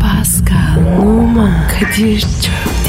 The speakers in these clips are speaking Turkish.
Pascal, Oman, Kadir çok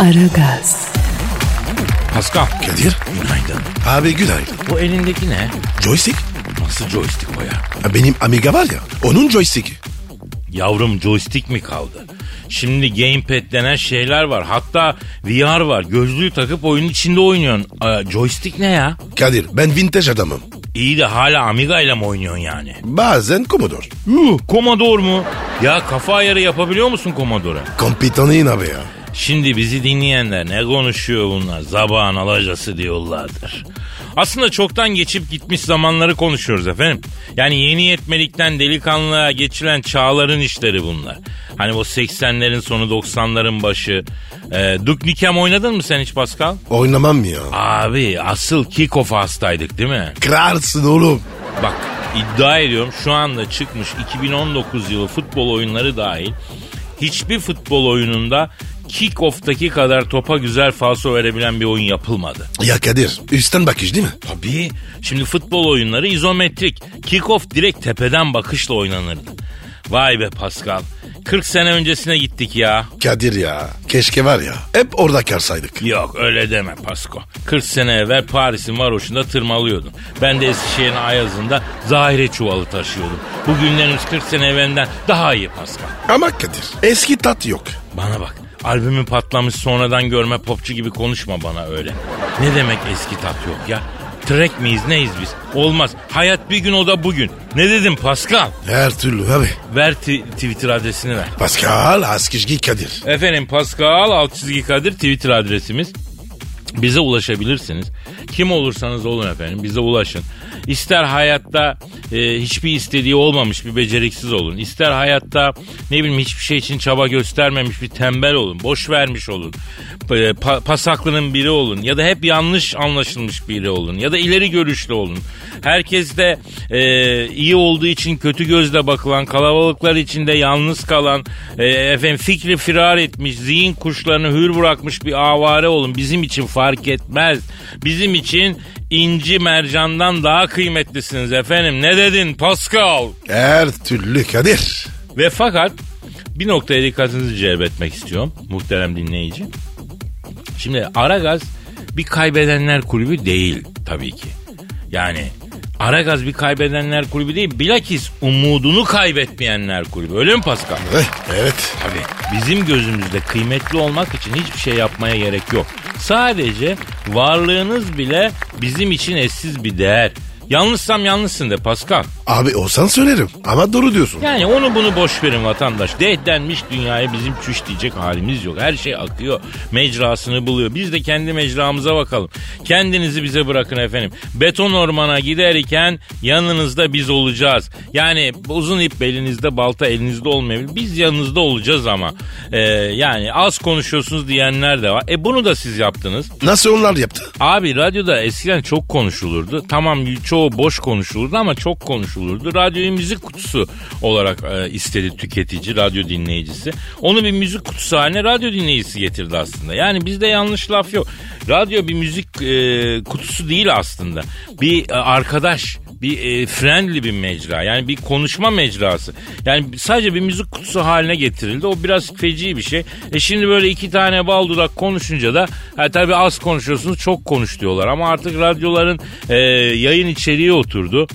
Aragaz, Pascal. Kadir. Günaydın. Abi günaydın. Bu elindeki ne? Joystick? Nasıl joystick o ya? Ha, Benim Amiga var ya onun joystick'i. Yavrum joystick mi kaldı? Şimdi gamepad denen şeyler var. Hatta VR var. Gözlüğü takıp oyunun içinde oynuyorsun. Ee, joystick ne ya? Kadir ben vintage adamım. İyi de hala Amiga ile mi oynuyorsun yani? Bazen Commodore. Yuh, Commodore mu? Ya kafa ayarı yapabiliyor musun Commodore'a? Kompitanıyın abi ya. Şimdi bizi dinleyenler ne konuşuyor bunlar? Zabağın alacası diyorlardır. Aslında çoktan geçip gitmiş zamanları konuşuyoruz efendim. Yani yeni yetmelikten delikanlığa geçilen çağların işleri bunlar. Hani bu 80'lerin sonu 90'ların başı. Ee, Duke Nukem oynadın mı sen hiç Pascal? Oynamam ya. Abi asıl kick-off hastaydık değil mi? Kırarsın oğlum. Bak iddia ediyorum şu anda çıkmış 2019 yılı futbol oyunları dahil hiçbir futbol oyununda kick-off'taki kadar topa güzel falso verebilen bir oyun yapılmadı. Ya Kadir üstten bakış değil mi? Tabii. Şimdi futbol oyunları izometrik. Kick-off direkt tepeden bakışla oynanırdı. Vay be Pascal. 40 sene öncesine gittik ya. Kadir ya keşke var ya hep orada karsaydık. Yok öyle deme Pasko. 40 sene evvel Paris'in varoşunda tırmalıyordum. Ben de Eskişehir'in Ayazı'nda zahire çuvalı taşıyordum. Bugünlerimiz 40 sene evvelinden daha iyi Pasko. Ama Kadir eski tat yok. Bana bak. Albümü patlamış sonradan görme popçu gibi konuşma bana öyle. Ne demek eski tat yok ya? Trek miyiz neyiz biz? Olmaz. Hayat bir gün o da bugün. Ne dedim Pascal? Her türlü abi. Ver ti- Twitter adresini ver. Pascal Askizgi Kadir. Efendim Pascal alt çizgi Kadir Twitter adresimiz. Bize ulaşabilirsiniz. Kim olursanız olun efendim bize ulaşın. İster hayatta e, hiçbir istediği olmamış bir beceriksiz olun. İster hayatta ne bileyim hiçbir şey için çaba göstermemiş bir tembel olun. Boş vermiş olun. E, pa- pasaklının biri olun. Ya da hep yanlış anlaşılmış biri olun. Ya da ileri görüşlü olun. Herkes de e, iyi olduğu için kötü gözle bakılan, kalabalıklar içinde yalnız kalan, e, efendim fikri firar etmiş, zihin kuşlarını hür bırakmış bir avare olun. Bizim için fark etmez. Bizim için inci mercandan daha kıymetlisiniz efendim. Ne dedin Pascal? Her türlü Kadir. Ve fakat bir noktaya dikkatinizi celbetmek istiyorum muhterem dinleyici. Şimdi Aragaz bir kaybedenler kulübü değil tabii ki. Yani Aragaz bir kaybedenler kulübü değil bilakis umudunu kaybetmeyenler kulübü öyle mi Pascal? Eh, Evet. Tabii. Bizim gözümüzde kıymetli olmak için hiçbir şey yapmaya gerek yok. Sadece varlığınız bile bizim için eşsiz bir değer. Yanlışsam yanlışsın de Pascal. Abi olsan söylerim ama doğru diyorsun. Yani onu bunu boş verin vatandaş. Dehdenmiş dünyaya bizim çüş diyecek halimiz yok. Her şey akıyor. Mecrasını buluyor. Biz de kendi mecramıza bakalım. Kendinizi bize bırakın efendim. Beton ormana giderken yanınızda biz olacağız. Yani uzun ip belinizde balta elinizde olmayabilir. Biz yanınızda olacağız ama. Ee, yani az konuşuyorsunuz diyenler de var. E bunu da siz yaptınız. Nasıl onlar yaptı? Abi radyoda eskiden çok konuşulurdu. Tamam çoğu boş konuşulurdu ama çok konuşulurdu. Radyoyu müzik kutusu olarak e, istedi tüketici, radyo dinleyicisi. Onu bir müzik kutusu haline radyo dinleyicisi getirdi aslında. Yani bizde yanlış laf yok. Radyo bir müzik e, kutusu değil aslında. Bir e, arkadaş, bir e, friendly bir mecra. Yani bir konuşma mecrası. Yani sadece bir müzik kutusu haline getirildi. O biraz feci bir şey. E şimdi böyle iki tane bal dudak konuşunca da ha, tabii az konuşuyorsunuz çok konuş diyorlar. Ama artık radyoların e, yayın içeriği oturdu.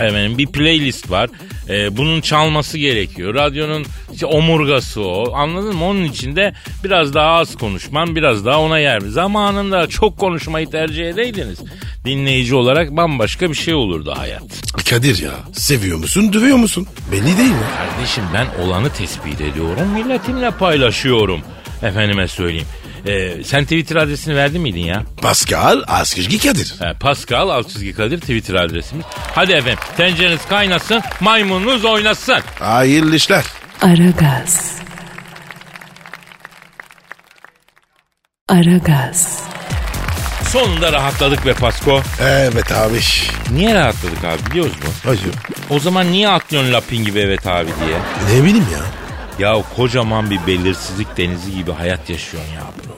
Efendim bir playlist var. Ee, bunun çalması gerekiyor. Radyonun işte omurgası o. Anladın mı? Onun içinde biraz daha az konuşman, biraz daha ona yer. Zamanında çok konuşmayı tercih edeydiniz. Dinleyici olarak bambaşka bir şey olurdu hayat. Kadir ya seviyor musun dövüyor musun? Belli değil mi? Kardeşim ben olanı tespit ediyorum. Milletimle paylaşıyorum. Efendime söyleyeyim. Ee, sen Twitter adresini verdin miydin ya? Pascal Askizgi Kadir. Ee, Pascal alt çizgi Kadir Twitter adresimiz. Hadi efendim tencereniz kaynasın maymununuz oynasın. Hayırlı işler. Aragaz. Aragaz. Sonunda rahatladık be Pasko. Evet abi. Niye rahatladık abi biliyoruz mu? Hacı. O zaman niye atlıyorsun Lapin gibi evet abi diye? Ne bileyim ya. Ya kocaman bir belirsizlik denizi gibi hayat yaşıyorsun ya bro.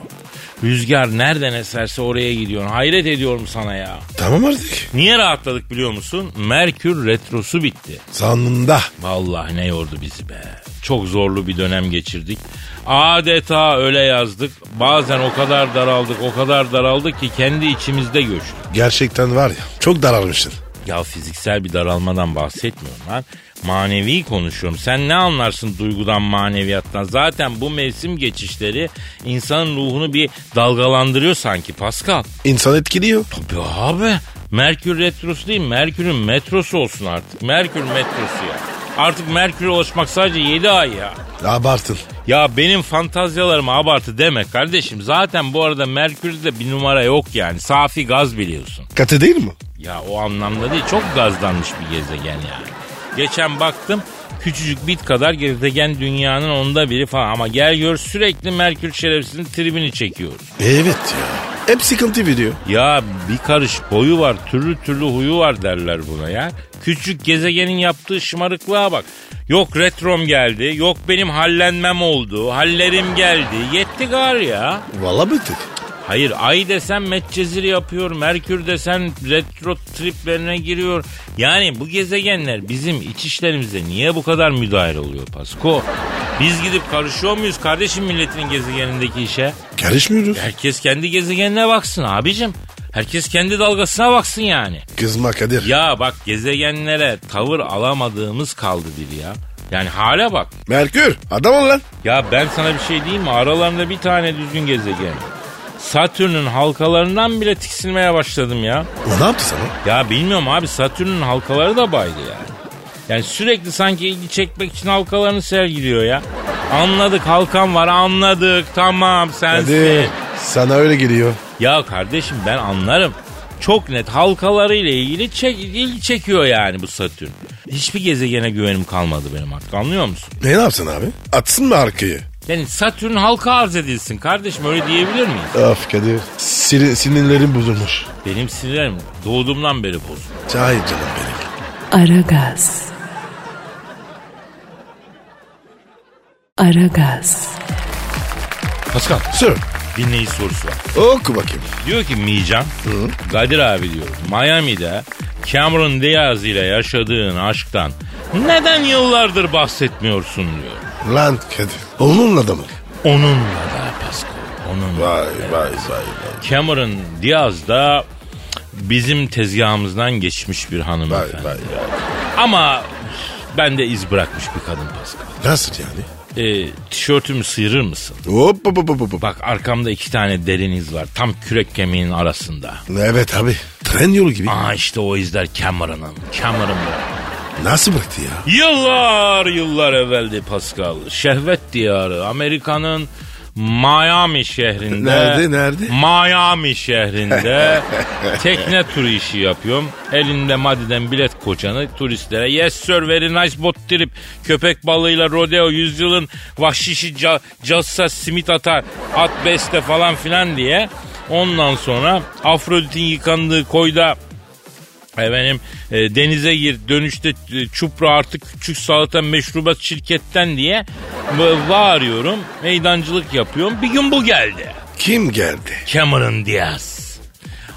Rüzgar nereden eserse oraya gidiyorsun. Hayret ediyorum sana ya. Tamam artık. Niye rahatladık biliyor musun? Merkür retrosu bitti. Sanında. Vallahi ne yordu bizi be. Çok zorlu bir dönem geçirdik. Adeta öyle yazdık. Bazen o kadar daraldık, o kadar daraldık ki kendi içimizde göçtük. Gerçekten var ya. Çok daralmışsın. Ya fiziksel bir daralmadan bahsetmiyorum lan. Manevi konuşuyorum. Sen ne anlarsın duygudan, maneviyattan? Zaten bu mevsim geçişleri insanın ruhunu bir dalgalandırıyor sanki Pascal. İnsan etkiliyor. Tabii abi. Merkür retrosu değil, Merkür'ün metrosu olsun artık. Merkür metrosu ya. Artık Merkür'e ulaşmak sadece 7 ay ya. Abartın. Ya benim fantazyalarıma abartı deme kardeşim. Zaten bu arada Merkür'de bir numara yok yani. Safi gaz biliyorsun. Katı değil mi? Ya o anlamda değil çok gazlanmış bir gezegen yani. Geçen baktım küçücük bit kadar gezegen dünyanın onda biri falan ama gel gör sürekli Merkür şerefsizin tribini çekiyoruz. Evet ya. Hep sıkıntı veriyor. Ya bir karış boyu var türlü türlü huyu var derler buna ya. Küçük gezegenin yaptığı şımarıklığa bak. Yok retrom geldi, yok benim hallenmem oldu, hallerim geldi. Yetti gar ya. Valla bıktık. Hayır ay desen metcezir yapıyor. Merkür desen retro triplerine giriyor. Yani bu gezegenler bizim iç işlerimize niye bu kadar müdahil oluyor Pasko? Biz gidip karışıyor muyuz kardeşim milletinin gezegenindeki işe? Karışmıyoruz. Herkes kendi gezegenine baksın abicim. Herkes kendi dalgasına baksın yani. Kızma Kadir. Ya bak gezegenlere tavır alamadığımız kaldı bir ya. Yani hale bak. Merkür adam ol lan. Ya ben sana bir şey diyeyim mi? Aralarında bir tane düzgün gezegen. yok. Satürn'ün halkalarından bile tiksinmeye başladım ya. O ne yaptı sana? Ya bilmiyorum abi Satürn'ün halkaları da baydı yani. Yani sürekli sanki ilgi çekmek için halkalarını sergiliyor ya. Anladık halkan var anladık tamam sensin. Hadi. Sana öyle geliyor. Ya kardeşim ben anlarım. Çok net halkalarıyla ilgili çek, ilgi çekiyor yani bu Satürn. Hiçbir gezegene güvenim kalmadı benim artık anlıyor musun? Ne yapsın abi? Atsın mı arkayı? Yani Satürn halka arz edilsin kardeşim öyle diyebilir miyim? Of Kadir. Siri- sinirlerim bozulmuş. Benim sinirlerim doğduğumdan beri bozuldu. Hayır canım benim. Aragaz. Aragaz. Pascal Sir dinleyici sorusu var. oku bakayım. Diyor ki Mican, Kadir abi diyor Miami'de Cameron Diaz ile yaşadığın aşktan neden yıllardır bahsetmiyorsun diyor. Lan Kadir. Onunla da mı? Onunla da Pascal. Onunla. Vay vay vay. Cameron Diaz da bizim tezgahımızdan geçmiş bir Vay hanımefendi. vay vay. Ama üf, bende iz bırakmış bir kadın Pascal. Nasıl yani? Ee, tişörtümü sıyırır mısın? Hop hop hop hop. hop. Bak arkamda iki tane derin iz var. Tam kürek kemiğinin arasında. Evet abi. Tren yolu gibi. Aa işte o izler Cameron'ın. Cameron bırak. Nasıl bıraktı ya? Yıllar yıllar evveldi Pascal. Şehvet diyarı. Amerika'nın Miami şehrinde. Nerede, nerede? Miami şehrinde tekne turu işi yapıyorum. Elinde madiden bilet koçanı turistlere yes sir very nice boat trip. Köpek balığıyla rodeo yüzyılın vahşişi ca, cassa simit atar at beste falan filan diye. Ondan sonra Afrodit'in yıkandığı koyda Efendim e, denize gir dönüşte e, çupra artık küçük salata meşrubat şirketten diye va- bağırıyorum. Meydancılık yapıyorum. Bir gün bu geldi. Kim geldi? Cameron Diaz.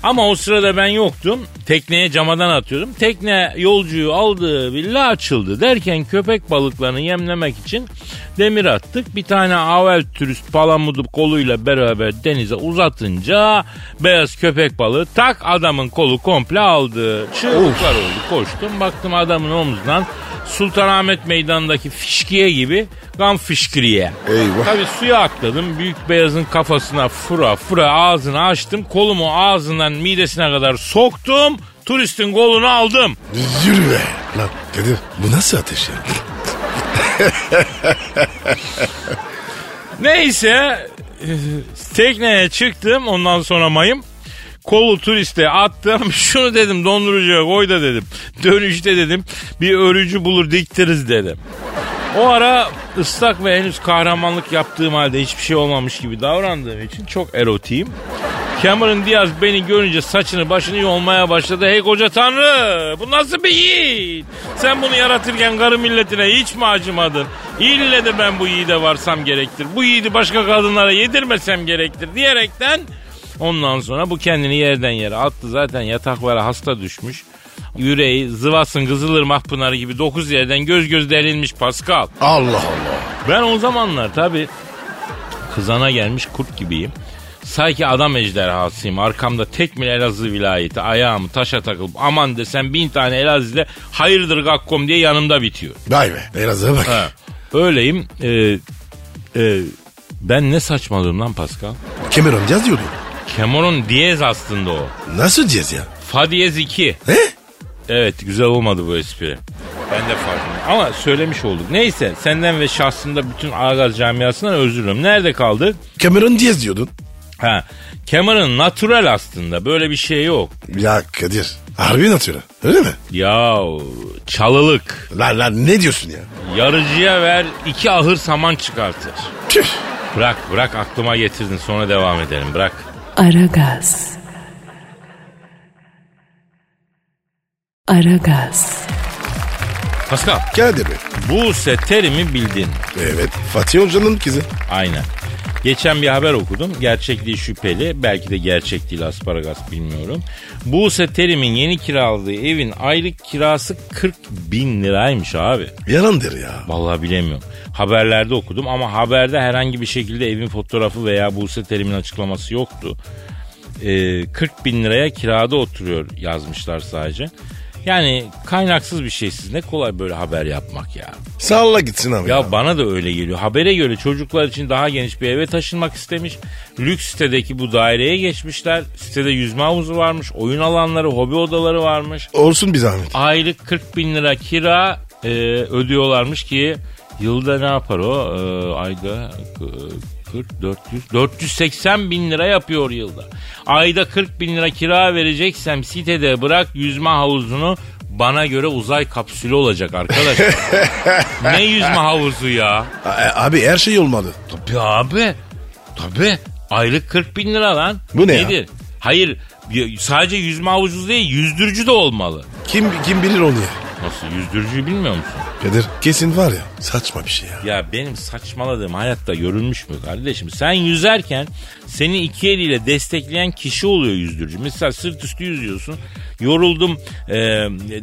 Ama o sırada ben yoktum. Tekneye camadan atıyordum. Tekne yolcuyu aldı, villa açıldı derken köpek balıklarını yemlemek için demir attık. Bir tane avel turist palamudu koluyla beraber denize uzatınca beyaz köpek balığı tak adamın kolu komple aldı. Çığlıklar oldu. Koştum baktım adamın omzundan Sultanahmet Meydanı'ndaki fişkiye gibi gam fişkiriye. Eyvah. Tabii suya atladım. Büyük beyazın kafasına fıra fıra ağzını açtım. Kolumu ağzından midesine kadar soktum. Turistin kolunu aldım. Yürü be. Lan Kadir bu nasıl ateş ya? Neyse e, tekneye çıktım ondan sonra mayım. Kolu turiste attım. Şunu dedim dondurucuya koy da dedim. Dönüşte dedim bir örücü bulur diktiriz dedim. O ara ıslak ve henüz kahramanlık yaptığım halde hiçbir şey olmamış gibi davrandığım için çok erotiyim. Cameron Diaz beni görünce saçını başını yolmaya başladı. Hey koca tanrı bu nasıl bir yiğit? Sen bunu yaratırken karı milletine hiç mi acımadın? İlle de ben bu yiğide varsam gerektir. Bu yiğidi başka kadınlara yedirmesem gerektir diyerekten ondan sonra bu kendini yerden yere attı. Zaten yataklara hasta düşmüş. Yüreği Zıvas'ın Kızılırmak Pınarı gibi dokuz yerden göz göz delinmiş Pascal. Allah Allah. Ben o zamanlar tabi kızana gelmiş kurt gibiyim. Sanki adam ejderhasıyım. Arkamda tekmil Elazığ vilayeti. Ayağımı taşa takılıp aman desem bin tane Elazığ'da hayırdır gakkom diye yanımda bitiyor. Vay be. Elazığ'a bak. Ha. Öyleyim. Ee, e, ben ne saçmalıyım lan Pascal? Cameron Diaz diyordu. Cameron Diaz aslında o. Nasıl Diaz ya? Fa diyez 2. He? Evet güzel olmadı bu espri. Ben de farkındayım. Ama söylemiş olduk. Neyse senden ve şahsında bütün Agaz camiasından özür dilerim. Nerede kaldık? Cameron Diaz diyordun. Ha, Cameron natural aslında. Böyle bir şey yok. Ya Kadir. Harbi natura. Öyle mi? Ya çalılık. Lan lan ne diyorsun ya? Yarıcıya ver iki ahır saman çıkartır. Tüh. Bırak bırak aklıma getirdin sonra devam edelim bırak. Aragaz. Aragaz. Pascal Kadir Bey. Buse Terim'i bildin. Evet. Fatih Hoca'nın kızı. Aynen. Geçen bir haber okudum. Gerçekliği şüpheli. Belki de gerçek değil asparagas bilmiyorum. Buse Terim'in yeni kiraladığı evin aylık kirası 40 bin liraymış abi. Yalandır ya. Vallahi bilemiyorum. Haberlerde okudum ama haberde herhangi bir şekilde evin fotoğrafı veya Buse Terim'in açıklaması yoktu. Ee, 40 bin liraya kirada oturuyor yazmışlar sadece. Yani kaynaksız bir şey siz ne kolay böyle haber yapmak ya. Salla gitsin abi. Ya bana da öyle geliyor. Habere göre çocuklar için daha geniş bir eve taşınmak istemiş. Lüks sitedeki bu daireye geçmişler. Sitede yüzme havuzu varmış. Oyun alanları, hobi odaları varmış. Olsun bir zahmet. Aylık 40 bin lira kira e, ödüyorlarmış ki yılda ne yapar o? E, ayda e, 40, 400, 480 bin lira yapıyor yılda. Ayda 40 bin lira kira vereceksem sitede bırak yüzme havuzunu bana göre uzay kapsülü olacak arkadaşlar. ne yüzme havuzu ya? A- abi her şey olmadı. Tabii abi. Tabii. Aylık 40 bin lira lan. Bu ne ya? Nedir? Hayır y- sadece yüzme havucu değil yüzdürücü de olmalı. Kim kim bilir onu ya? Nasıl yüzdürücüyü bilmiyor musun? Kadir kesin var ya saçma bir şey ya. Ya benim saçmaladığım hayatta görülmüş mü kardeşim? Sen yüzerken seni iki eliyle destekleyen kişi oluyor yüzdürücü. Mesela sırt üstü yüzüyorsun. Yoruldum. e, e,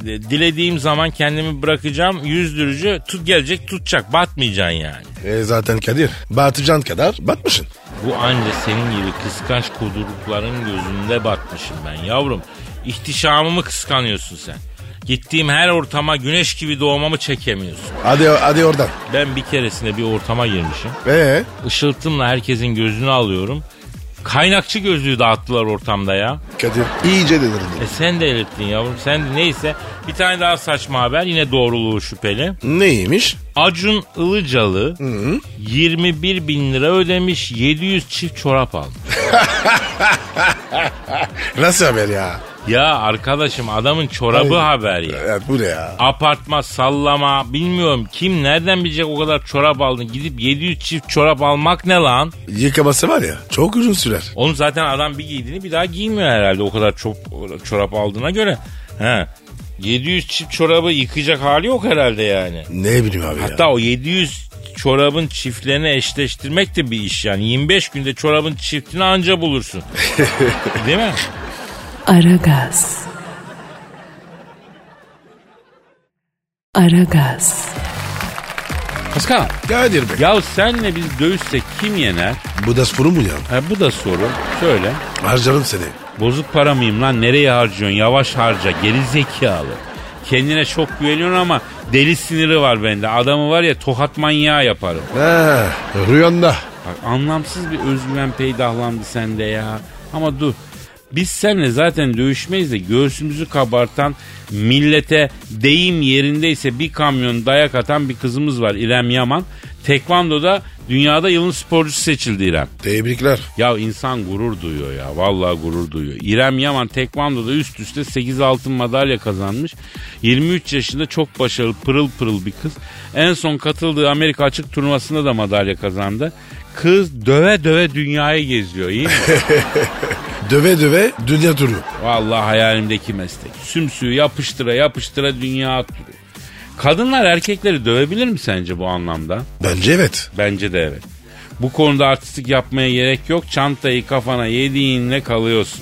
dilediğim zaman kendimi bırakacağım. Yüzdürücü tut gelecek tutacak. Batmayacaksın yani. E zaten Kadir batacan kadar batmışsın. Bu anca senin gibi kıskanç kudurukların gözünde batmışım ben yavrum. İhtişamımı kıskanıyorsun sen. Gittiğim her ortama güneş gibi doğmamı çekemiyorsun. Hadi hadi oradan. Ben bir keresinde bir ortama girmişim. Ee Işıltımla herkesin gözünü alıyorum. Kaynakçı gözlüğü dağıttılar ortamda ya. Kadir iyice delirdin. E sen de elittin yavrum. Sen de neyse. Bir tane daha saçma haber. Yine doğruluğu şüpheli. Neymiş? Acun Ilıcalı 21 bin lira ödemiş 700 çift çorap almış. Nasıl haber ya? Ya arkadaşım adamın çorabı Ay. haber ya. Evet bu ne ya? Apartma, sallama bilmiyorum kim nereden bilecek o kadar çorap aldın. Gidip 700 çift çorap almak ne lan? Yıkaması var ya çok uzun sürer. Oğlum zaten adam bir giydiğini bir daha giymiyor herhalde o kadar çok çorap aldığına göre. He. 700 çift çorabı yıkayacak hali yok herhalde yani. Ne bileyim abi ya. Hatta o 700 çorabın çiftlerini eşleştirmek de bir iş yani. 25 günde çorabın çiftini anca bulursun. Değil mi? Aragaz. Aragaz. Pascal. Kadir Bey. Ya senle biz dövüşsek kim yener? Bu da soru mu ya? Ha, bu da soru. Söyle. Harcarım seni. Bozuk para mıyım lan? Nereye harcıyorsun? Yavaş harca. Geri zekalı. Kendine çok güveniyorsun ama deli siniri var bende. Adamı var ya tokat manyağı yaparım. Ha, rüyanda. Bak, anlamsız bir özgüven peydahlandı sende ya. Ama dur. Biz seninle zaten dövüşmeyiz de göğsümüzü kabartan millete deyim yerindeyse bir kamyon dayak atan bir kızımız var İrem Yaman. Tekvando'da dünyada yılın sporcusu seçildi İrem. Tebrikler. Ya insan gurur duyuyor ya. Vallahi gurur duyuyor. İrem Yaman tekvandoda üst üste 8 altın madalya kazanmış. 23 yaşında çok başarılı pırıl pırıl bir kız. En son katıldığı Amerika açık turnuvasında da madalya kazandı. Kız döve döve dünyayı geziyor iyi mi? Döve döve dünya turu. Vallahi hayalimdeki meslek. Sümsüğü yapıştıra yapıştıra dünya atlıyor. Kadınlar erkekleri dövebilir mi sence bu anlamda? Bence evet. Bence de evet. Bu konuda artistik yapmaya gerek yok. Çantayı kafana yediğinle kalıyorsun.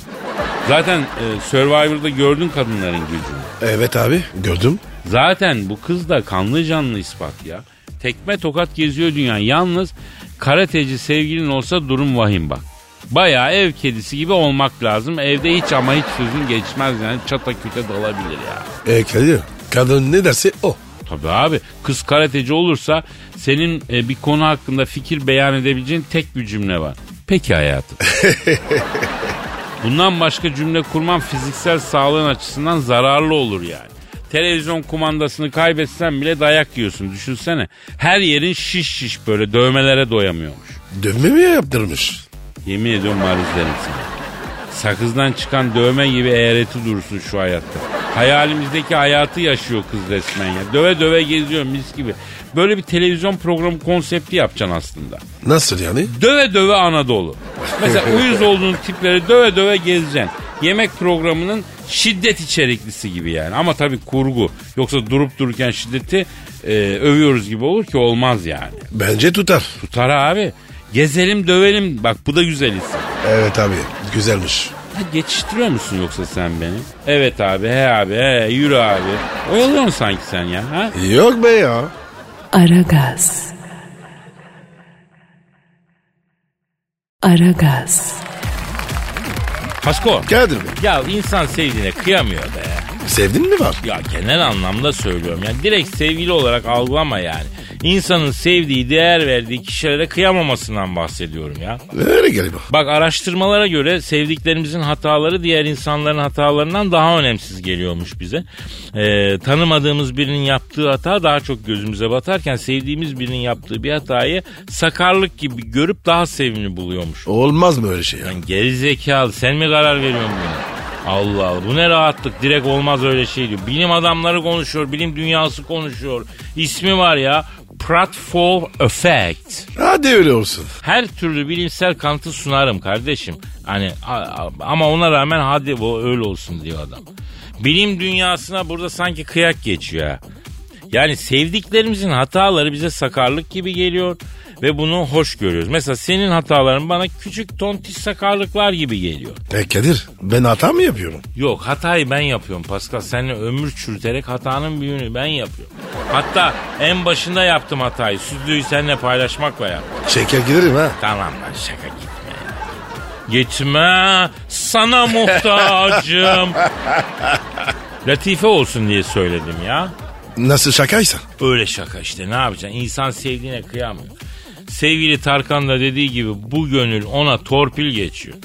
Zaten e, Survivor'da gördün kadınların gücünü. Evet abi gördüm. Zaten bu kız da kanlı canlı ispat ya. Tekme tokat geziyor dünya. Yalnız karateci sevgilin olsa durum vahim bak. Bayağı ev kedisi gibi olmak lazım. Evde hiç ama hiç sözün geçmez yani çata küte dalabilir ya. E Kadir kadın ne derse o. Tabii abi kız karateci olursa senin e, bir konu hakkında fikir beyan edebileceğin tek bir cümle var. Peki hayatım. Bundan başka cümle kurman fiziksel sağlığın açısından zararlı olur yani. Televizyon kumandasını kaybetsen bile dayak yiyorsun düşünsene. Her yerin şiş şiş böyle dövmelere doyamıyormuş. Dövme mi yaptırmış? Yemin ediyorum maruz derim sana. Sakızdan çıkan dövme gibi eğreti dursun şu hayatta. Hayalimizdeki hayatı yaşıyor kız resmen ya. Döve döve geziyor mis gibi. Böyle bir televizyon programı konsepti yapacaksın aslında. Nasıl yani? Döve döve Anadolu. Mesela uyuz olduğun tipleri döve döve gezeceksin. Yemek programının şiddet içeriklisi gibi yani. Ama tabii kurgu. Yoksa durup dururken şiddeti e, övüyoruz gibi olur ki olmaz yani. Bence tutar. Tutar abi. Gezelim dövelim. Bak bu da güzel isim. Evet abi güzelmiş. Ha, geçiştiriyor musun yoksa sen beni? Evet abi, he abi, he, yürü abi. Oyalıyor musun sanki sen ya? Ha? Yok be ya. Aragaz. Aragaz. Pasko. Kadir Bey Ya insan sevdiğine kıyamıyor be. sevdin mi var? Ya genel anlamda söylüyorum ya. Direkt sevgili olarak algılama yani. İnsanın sevdiği, değer verdiği kişilere kıyamamasından bahsediyorum ya. Öyle galiba. Bak araştırmalara göre sevdiklerimizin hataları diğer insanların hatalarından daha önemsiz geliyormuş bize. Ee, tanımadığımız birinin yaptığı hata daha çok gözümüze batarken sevdiğimiz birinin yaptığı bir hatayı sakarlık gibi görüp daha sevimli buluyormuş. Olmaz mı öyle şey ya? Lan gerizekalı sen mi karar veriyorsun buna? Allah Allah bu ne rahatlık direkt olmaz öyle şey diyor. Bilim adamları konuşuyor, bilim dünyası konuşuyor. İsmi var ya Pratfall Effect. Hadi öyle olsun. Her türlü bilimsel kanıtı sunarım kardeşim. Hani a- a- ama ona rağmen hadi bu öyle olsun diyor adam. Bilim dünyasına burada sanki kıyak geçiyor. ha. Yani sevdiklerimizin hataları bize sakarlık gibi geliyor ve bunu hoş görüyoruz. Mesela senin hataların bana küçük tontiş sakarlıklar gibi geliyor. E Kadir ben hata mı yapıyorum? Yok hatayı ben yapıyorum Pascal. Seninle ömür çürüterek hatanın büyüğünü ben yapıyorum. Hatta en başında yaptım hatayı. Süzlüğü seninle paylaşmakla yaptım. Şeker giderim ha. Tamam lan şaka gitme. Gitme sana muhtacım. Latife olsun diye söyledim ya. Nasıl şakaysa. Öyle şaka işte ne yapacaksın? İnsan sevdiğine kıyamıyor. Sevgili Tarkan da dediği gibi bu gönül ona torpil geçiyor.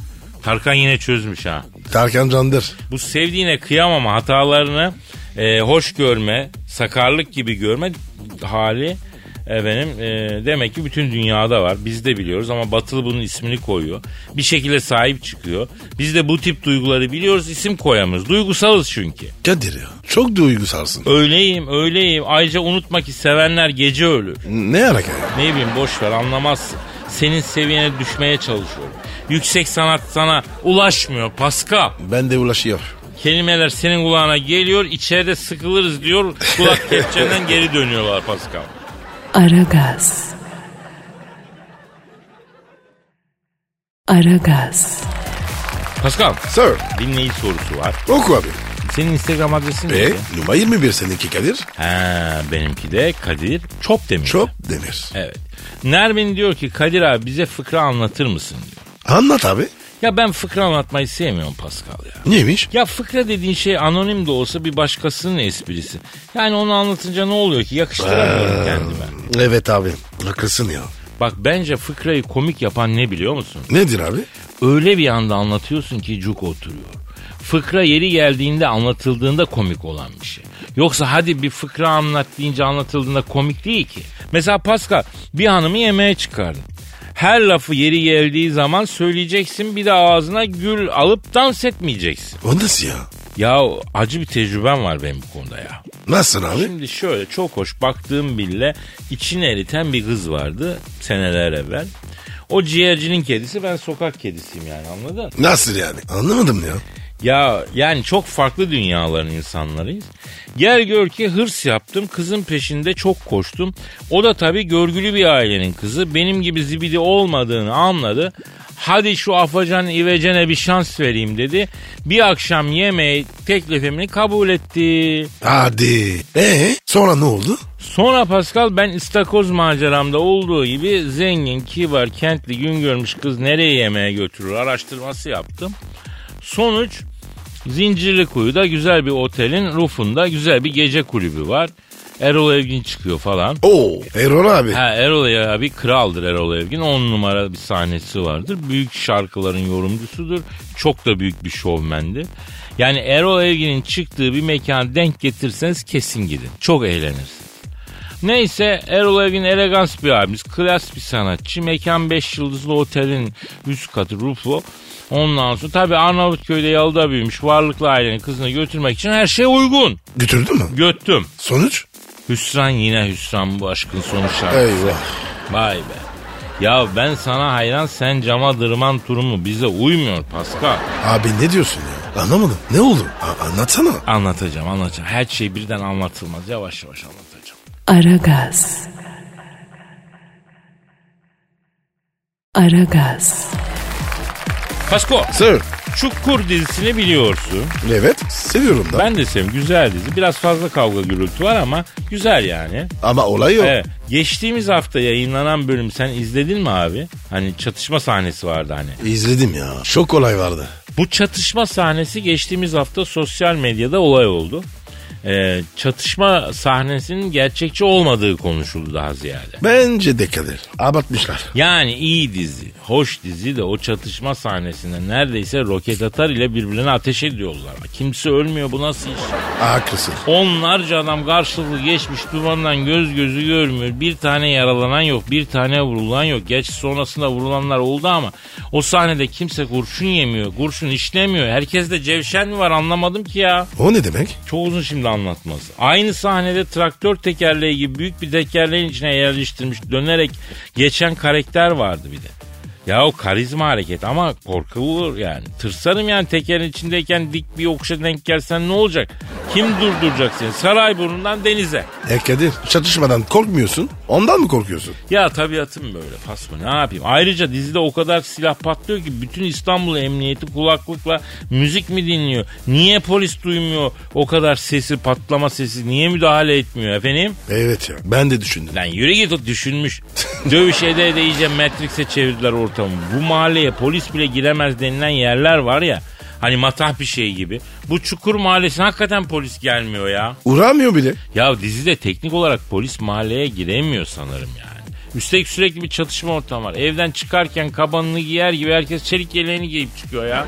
Tarkan yine çözmüş ha. Tarkan Candır. Bu sevdiğine kıyamama hatalarını e, hoş görme, sakarlık gibi görme hali efendim e, demek ki bütün dünyada var. Biz de biliyoruz ama Batılı bunun ismini koyuyor. Bir şekilde sahip çıkıyor. Biz de bu tip duyguları biliyoruz, isim koyamıyoruz. Duygusalız çünkü. Kadir ya çok duygusalsın. Öyleyim, öyleyim. Ayrıca unutma ki sevenler gece ölür. Ne alaka ya? Ne bileyim boş ver anlamazsın. Senin seviyene düşmeye çalışıyorum. Yüksek sanat sana ulaşmıyor Pascal. Ben de ulaşıyor. Kelimeler senin kulağına geliyor içeride sıkılırız diyor kulak kepçenden geri dönüyorlar Pascal. Aragaz. Aragaz. Pascal Sir dinleyici sorusu var. oku abi. Senin Instagram adresin E neydi? numara 21 seninki Kadir. Ha, benimki de Kadir Çop demiş. Çok demir. Evet. Nermin diyor ki Kadir abi bize fıkra anlatır mısın diyor. Anlat abi. Ya ben fıkra anlatmayı sevmiyorum Pascal ya. Neymiş? Ya fıkra dediğin şey anonim de olsa bir başkasının esprisi. Yani onu anlatınca ne oluyor ki yakıştıramıyorum kendime. Evet abi. Haklısın ya. Bak bence fıkrayı komik yapan ne biliyor musun? Nedir abi? Öyle bir anda anlatıyorsun ki cuk oturuyor. Fıkra yeri geldiğinde anlatıldığında komik olan bir şey. Yoksa hadi bir fıkra anlat deyince anlatıldığında komik değil ki. Mesela Pascal bir hanımı yemeğe çıkardın. Her lafı yeri geldiği zaman söyleyeceksin bir de ağzına gül alıp dans etmeyeceksin. O nasıl ya? Ya acı bir tecrübem var benim bu konuda ya. Nasıl abi? Şimdi şöyle çok hoş baktığım bile içini eriten bir kız vardı seneler evvel. O ciğercinin kedisi ben sokak kedisiyim yani anladın? Nasıl yani? Anlamadım ya. Ya yani çok farklı dünyaların insanlarıyız. Gel gör ki hırs yaptım. Kızın peşinde çok koştum. O da tabii görgülü bir ailenin kızı. Benim gibi zibidi olmadığını anladı. Hadi şu afacan ivecene bir şans vereyim dedi. Bir akşam yemeği teklifimi kabul etti. Hadi. Ee sonra ne oldu? Sonra Pascal ben istakoz maceramda olduğu gibi zengin, kibar, kentli, gün görmüş kız nereye yemeğe götürür araştırması yaptım. Sonuç Zincirlikuyu'da güzel bir otelin rufunda güzel bir gece kulübü var. Erol Evgin çıkıyor falan. Oo Erol abi. Ha Erol abi kraldır Erol Evgin. 10 numara bir sahnesi vardır. Büyük şarkıların yorumcusudur. Çok da büyük bir şovmendi. Yani Erol Evgin'in çıktığı bir mekana denk getirseniz kesin gidin. Çok eğlenirsiniz. Neyse Erol Evgin elegans bir abimiz. Klas bir sanatçı. Mekan 5 yıldızlı otelin üst katı Rufo. Ondan sonra tabii Arnavutköy'de yalıda büyümüş varlıklı ailenin kızını götürmek için her şey uygun. Götürdü mü? Göttüm. Sonuç? Hüsran yine hüsran bu aşkın sonuçları. Eyvah. Vay be. Ya ben sana hayran sen cama dırman turumu bize uymuyor Pascal. Abi ne diyorsun ya? Anlamadım. Ne oldu? A- anlatsana. Anlatacağım anlatacağım. Her şey birden anlatılmaz. Yavaş yavaş anlatacağım. Aragaz. Aragaz. Pasko Sir. Çukur dizisini biliyorsun. Evet. Seviyorum da. Ben de seviyorum. Güzel dizi. Biraz fazla kavga gürültü var ama güzel yani. Ama olay yok. Evet. Geçtiğimiz hafta yayınlanan bölüm sen izledin mi abi? Hani çatışma sahnesi vardı hani. İzledim ya. Çok olay vardı. Bu çatışma sahnesi geçtiğimiz hafta sosyal medyada olay oldu. Ee, çatışma sahnesinin gerçekçi olmadığı konuşuldu daha ziyade. Bence de Kadir. Abartmışlar. Yani iyi dizi, hoş dizi de o çatışma sahnesinde neredeyse roket atar ile birbirine ateş ediyorlar. Kimse ölmüyor bu nasıl iş? Haklısın. Onlarca adam karşılıklı geçmiş dumandan göz gözü görmüyor. Bir tane yaralanan yok, bir tane vurulan yok. Gerçi sonrasında vurulanlar oldu ama o sahnede kimse kurşun yemiyor, kurşun işlemiyor. Herkeste cevşen mi var anlamadım ki ya. O ne demek? Çok uzun şimdi anlatmaz. Aynı sahnede traktör tekerleği gibi büyük bir tekerleğin içine yerleştirmiş dönerek geçen karakter vardı bir de. Ya o karizma hareket ama korkulur yani. Tırsarım yani tekerin içindeyken dik bir yokuşa denk gelsen ne olacak? Kim durduracak seni? Sarayburnu'ndan denize. E Kadir çatışmadan korkmuyorsun. Ondan mı korkuyorsun? Ya tabiatım böyle Pasko ne yapayım. Ayrıca dizide o kadar silah patlıyor ki bütün İstanbul Emniyeti kulaklıkla müzik mi dinliyor? Niye polis duymuyor o kadar sesi patlama sesi? Niye müdahale etmiyor efendim? Evet ya. Ben de düşündüm. Lan yürü git o düşünmüş. Dövüş ede ede iyice Matrix'e çevirdiler ortamı. Bu mahalleye polis bile giremez denilen yerler var ya. Hani matah bir şey gibi. Bu çukur mahallesine hakikaten polis gelmiyor ya. Uğramıyor bile. Ya dizide teknik olarak polis mahalleye giremiyor sanırım yani. Üstelik sürekli bir çatışma ortamı var. Evden çıkarken kabanını giyer gibi herkes çelik yeleğini giyip çıkıyor ya.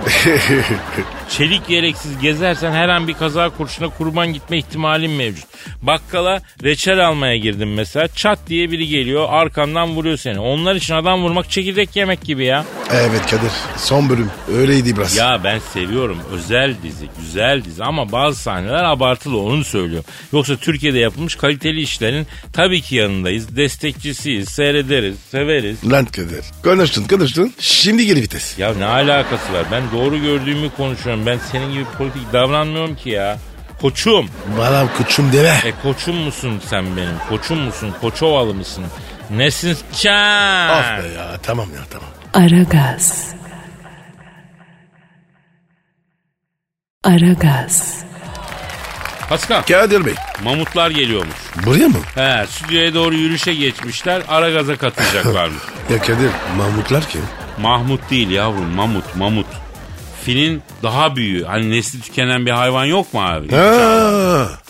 çelik yeleksiz gezersen her an bir kaza kurşuna kurban gitme ihtimalin mevcut. Bakkala reçel almaya girdim mesela. Çat diye biri geliyor arkandan vuruyor seni. Onlar için adam vurmak çekirdek yemek gibi ya. Evet Kadir. Son bölüm. Öyleydi biraz. Ya ben seviyorum. Özel dizi, güzel dizi ama bazı sahneler abartılı onu söylüyorum. Yoksa Türkiye'de yapılmış kaliteli işlerin tabii ki yanındayız. Destekçisiyiz, seyrederiz, severiz. Lan Kadir. Konuştun konuştun. Şimdi geri vites. Ya ne alakası var? Ben doğru gördüğümü konuşuyorum. Ben senin gibi politik davranmıyorum ki ya. Koçum. Bana koçum deme. E koçum musun sen benim? Koçum musun? Koçovalı mısın? Nesin sen? Of Ah be ya. Tamam ya tamam. Aragaz. Aragaz. Pascal, Kadir Bey. mamutlar geliyormuş. Buraya mı? He, stüdyoya doğru yürüyüşe geçmişler. Ara gaza katılacaklarmış. Ya Kadir. Mahmutlar kim? Mahmut değil yavrum mamut mamut. Filin daha büyüğü. Hani nesli tükenen bir hayvan yok mu abi? Ha. He,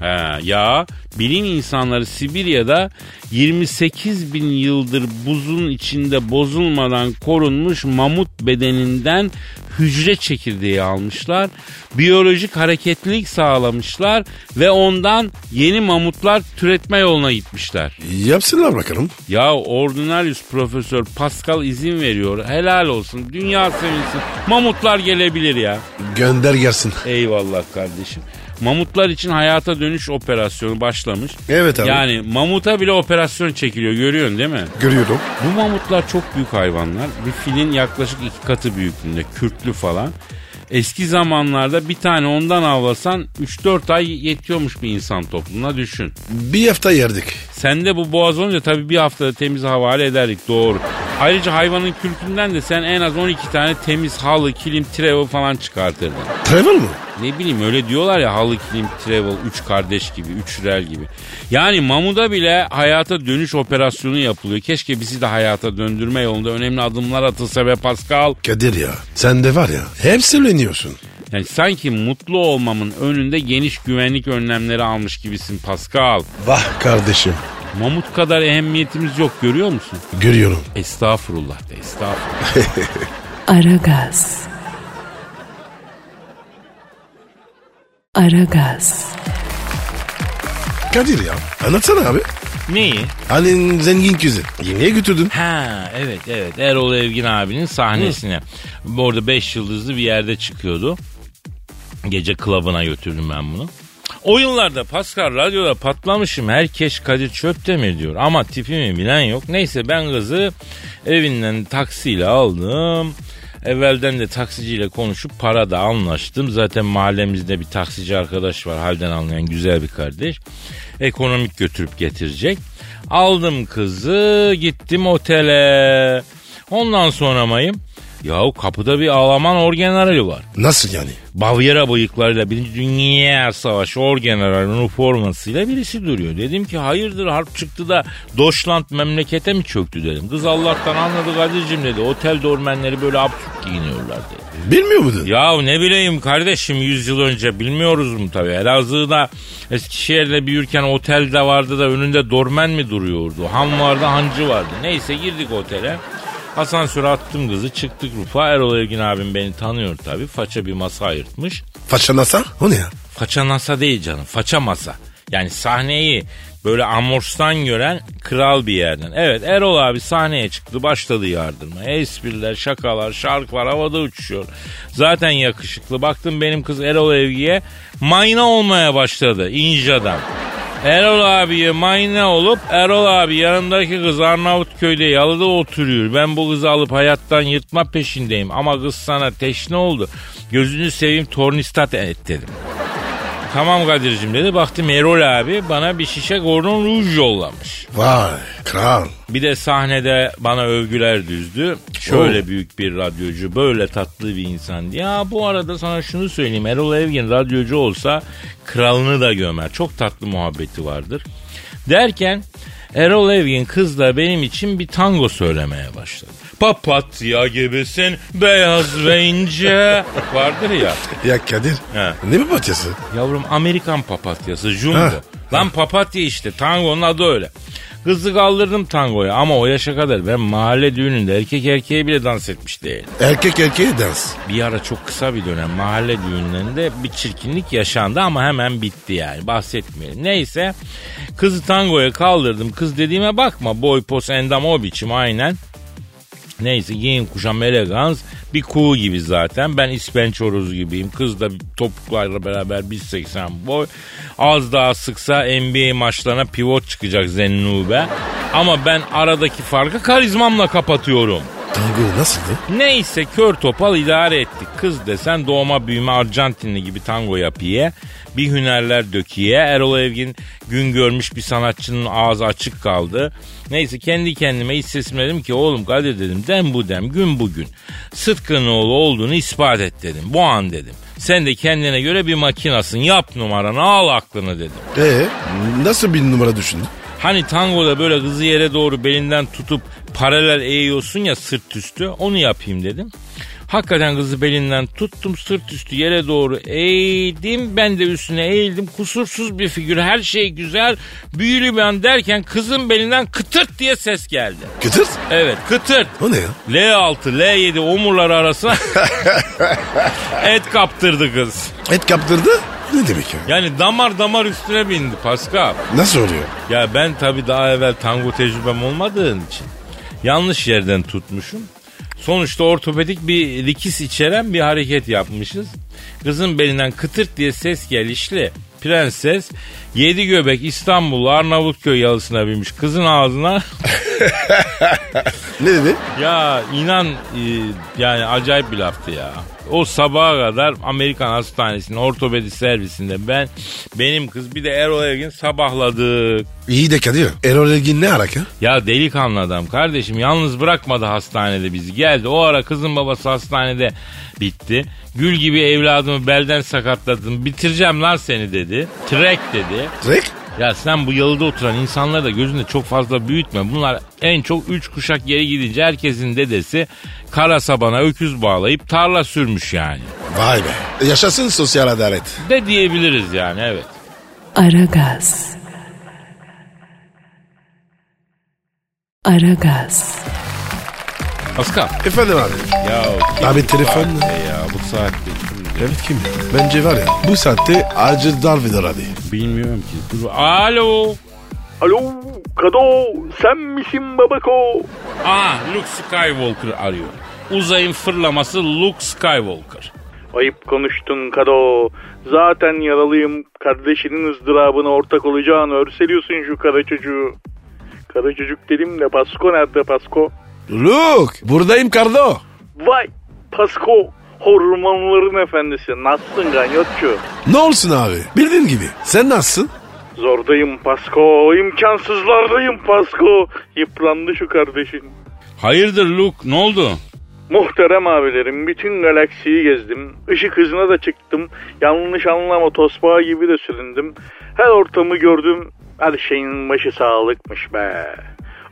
Ha, ya bilim insanları Sibirya'da 28 bin yıldır buzun içinde bozulmadan korunmuş mamut bedeninden hücre çekirdeği almışlar. Biyolojik hareketlilik sağlamışlar ve ondan yeni mamutlar türetme yoluna gitmişler. Yapsınlar bakalım. Ya Ordinarius Profesör Pascal izin veriyor. Helal olsun. Dünya sevinsin. Mamutlar gelebilir ya. Gönder gelsin. Eyvallah kardeşim. Mamutlar için hayata dönüş operasyonu başlamış. Evet abi. Yani mamuta bile operasyon çekiliyor görüyorsun değil mi? Görüyorum. Bu mamutlar çok büyük hayvanlar. Bir filin yaklaşık iki katı büyüklüğünde. Kürklü falan. Eski zamanlarda bir tane ondan avlasan 3-4 ay yetiyormuş bir insan toplumuna düşün. Bir hafta yerdik. Sen de bu boğaz olunca tabii bir haftada temiz havale ederdik doğru. Ayrıca hayvanın kürkünden de sen en az 12 tane temiz halı, kilim, travel falan çıkartırdın. Travel mı? Ne bileyim öyle diyorlar ya halı, kilim, travel, üç kardeş gibi, üç rel gibi. Yani mamuda bile hayata dönüş operasyonu yapılıyor. Keşke bizi de hayata döndürme yolunda önemli adımlar atılsa be Pascal. Kadir ya sen de var ya hep söyleniyorsun. Yani sanki mutlu olmamın önünde geniş güvenlik önlemleri almış gibisin Pascal. Vah kardeşim. Mamut kadar ehemmiyetimiz yok görüyor musun? Görüyorum. Estağfurullah de estağfurullah. Aragaz. Aragaz. Kadir ya anlatsana abi. Neyi? Hani zengin kızı. Yemeğe götürdün. Ha evet evet Erol Evgin abinin sahnesine. Orada 5 yıldızlı bir yerde çıkıyordu. Gece klabına götürdüm ben bunu. O yıllarda Pascal radyoda patlamışım. Herkes Kadir Çöptemir diyor. Ama tipimi bilen yok. Neyse ben kızı evinden taksiyle aldım. Evvelden de taksiciyle konuşup para da anlaştım. Zaten mahallemizde bir taksici arkadaş var. Halden anlayan güzel bir kardeş. Ekonomik götürüp getirecek. Aldım kızı gittim otele. Ondan sonra mayım. Yahu kapıda bir Alman orgenerali var. Nasıl yani? Bavyera bıyıklarıyla Birinci Dünya Savaşı orgeneralin üniformasıyla birisi duruyor. Dedim ki hayırdır harp çıktı da Doşland memlekete mi çöktü dedim. Kız Allah'tan anladı Kadir'cim dedi. Otel dormenleri böyle absürt giyiniyorlar dedi. Bilmiyor muydun? Ya ne bileyim kardeşim 100 yıl önce bilmiyoruz mu tabii. Elazığ'da Eskişehir'de büyürken otel de vardı da önünde dormen mi duruyordu? Ham vardı hancı vardı. Neyse girdik otele. Asansöre attım kızı çıktık Rufa. Erol Evgin abim beni tanıyor tabii. Faça bir masa ayırtmış. Faça nasa? O ne ya? Faça masa değil canım faça masa. Yani sahneyi böyle amorstan gören kral bir yerden. Evet Erol abi sahneye çıktı başladı yardıma. Espriler, şakalar, şarkılar havada uçuşuyor. Zaten yakışıklı. Baktım benim kız Erol Evgi'ye mayna olmaya başladı İnca'dan. Erol abiye mayna olup Erol abi yanımdaki kız Arnavutköy'de yalıda oturuyor. Ben bu kızı alıp hayattan yırtma peşindeyim ama kız sana teşne oldu. Gözünü seveyim tornistat et dedim. Tamam Kadir'cim dedi. Baktım Erol abi bana bir şişe Gordon Rouge yollamış. Vay kral. Bir de sahnede bana övgüler düzdü. Şöyle büyük bir radyocu, böyle tatlı bir insan. Ya bu arada sana şunu söyleyeyim. Erol Evgin radyocu olsa kralını da gömer. Çok tatlı muhabbeti vardır. Derken Erol Evgin kızla benim için bir tango söylemeye başladı. Papatya gibisin beyaz ve ince vardır ya. Ya Kadir. He. Ne mi patyası? Yavrum Amerikan papatyası jumbo. Heh. Lan papatya işte tangonun adı öyle. Kızı kaldırdım tangoya ama o yaşa kadar ben mahalle düğününde erkek erkeğe bile dans etmiş değilim. Erkek erkeğe dans. Bir ara çok kısa bir dönem mahalle düğünlerinde bir çirkinlik yaşandı ama hemen bitti yani bahsetmeyelim. Neyse kızı tangoya kaldırdım. Kız dediğime bakma boy pos endam o biçim aynen. Neyse giyim kuşam elegans bir kuğu gibi zaten. Ben ispenç horozu gibiyim. Kız da topuklarla beraber 1.80 boy. Az daha sıksa NBA maçlarına pivot çıkacak Zennube. Ama ben aradaki farkı karizmamla kapatıyorum. Tango nasıldı? Neyse kör topal idare ettik. Kız desen doğma büyüme Arjantinli gibi tango yapıya. Bir hünerler dökiye. Erol Evgin gün görmüş bir sanatçının ağzı açık kaldı. Neyse kendi kendime hiç sesime dedim ki oğlum Kadir dedim dem bu dem gün bugün. Sıtkı'nın oğlu olduğunu ispat et dedim. Bu an dedim. Sen de kendine göre bir makinasın. Yap numaranı al aklını dedim. Ee, nasıl bir numara düşündün? Hani tangoda böyle kızı yere doğru belinden tutup paralel eğiyorsun ya sırt üstü onu yapayım dedim. Hakikaten kızı belinden tuttum sırt üstü yere doğru eğdim. Ben de üstüne eğildim. Kusursuz bir figür her şey güzel. Büyülü bir an derken kızın belinden kıtırt diye ses geldi. Kıtır. Evet kıtırt. O ne ya? L6, L7 omurları arasına et kaptırdı kız. Et kaptırdı. Ne demek ya? Yani damar damar üstüne bindi Pascal. Nasıl oluyor? Ya ben tabii daha evvel tango tecrübem olmadığın için yanlış yerden tutmuşum. Sonuçta ortopedik bir likis içeren bir hareket yapmışız. Kızın belinden kıtırt diye ses gelişli. Prenses yedi göbek İstanbul Arnavutköy yalısına binmiş. Kızın ağzına Ne dedi? ya inan e, yani acayip bir laftı ya. O sabaha kadar Amerikan hastanesinin ortopedi servisinde ben benim kız bir de Erol Ergin sabahladık. İyi de Kadir. Erol Ergin ne alaka? Ya delikanlı adam kardeşim yalnız bırakmadı hastanede bizi. Geldi o ara kızın babası hastanede bitti. Gül gibi evladımı belden sakatladım. Bitireceğim lan seni dedi. Trek dedi. Trek? Ya sen bu yalıda oturan insanları da gözünde çok fazla büyütme. Bunlar en çok üç kuşak geri gidince herkesin dedesi kara sabana öküz bağlayıp tarla sürmüş yani. Vay be. Yaşasın sosyal adalet. De diyebiliriz yani evet. Aragaz. Aragaz. Pascal. Efendim abi. Ya Abi telefon. ya bu saatte. Evet kim? Bence var ya bu saatte acil darvidir abi. Bilmiyorum ki. Dur- Alo. Alo, Kado, sen misin babako? Aa Ah, Luke Skywalker arıyor. Uzayın fırlaması Luke Skywalker. Ayıp konuştun Kado. Zaten yaralıyım. Kardeşinin ızdırabına ortak olacağını örseliyorsun şu kara çocuğu. Kara çocuk dedim de Pasko nerede Pasko? Luke buradayım Kardo. Vay Pasko hormonların efendisi. Nasılsın ganyotçu? Ne olsun abi? Bildiğin gibi. Sen nasılsın? Zordayım Pasko. imkansızlardayım Pasko. Yıprandı şu kardeşin. Hayırdır Luke ne oldu? Muhterem abilerim bütün galaksiyi gezdim. Işık hızına da çıktım. Yanlış anlama tosbağa gibi de süründüm. Her ortamı gördüm. Her şeyin başı sağlıkmış be.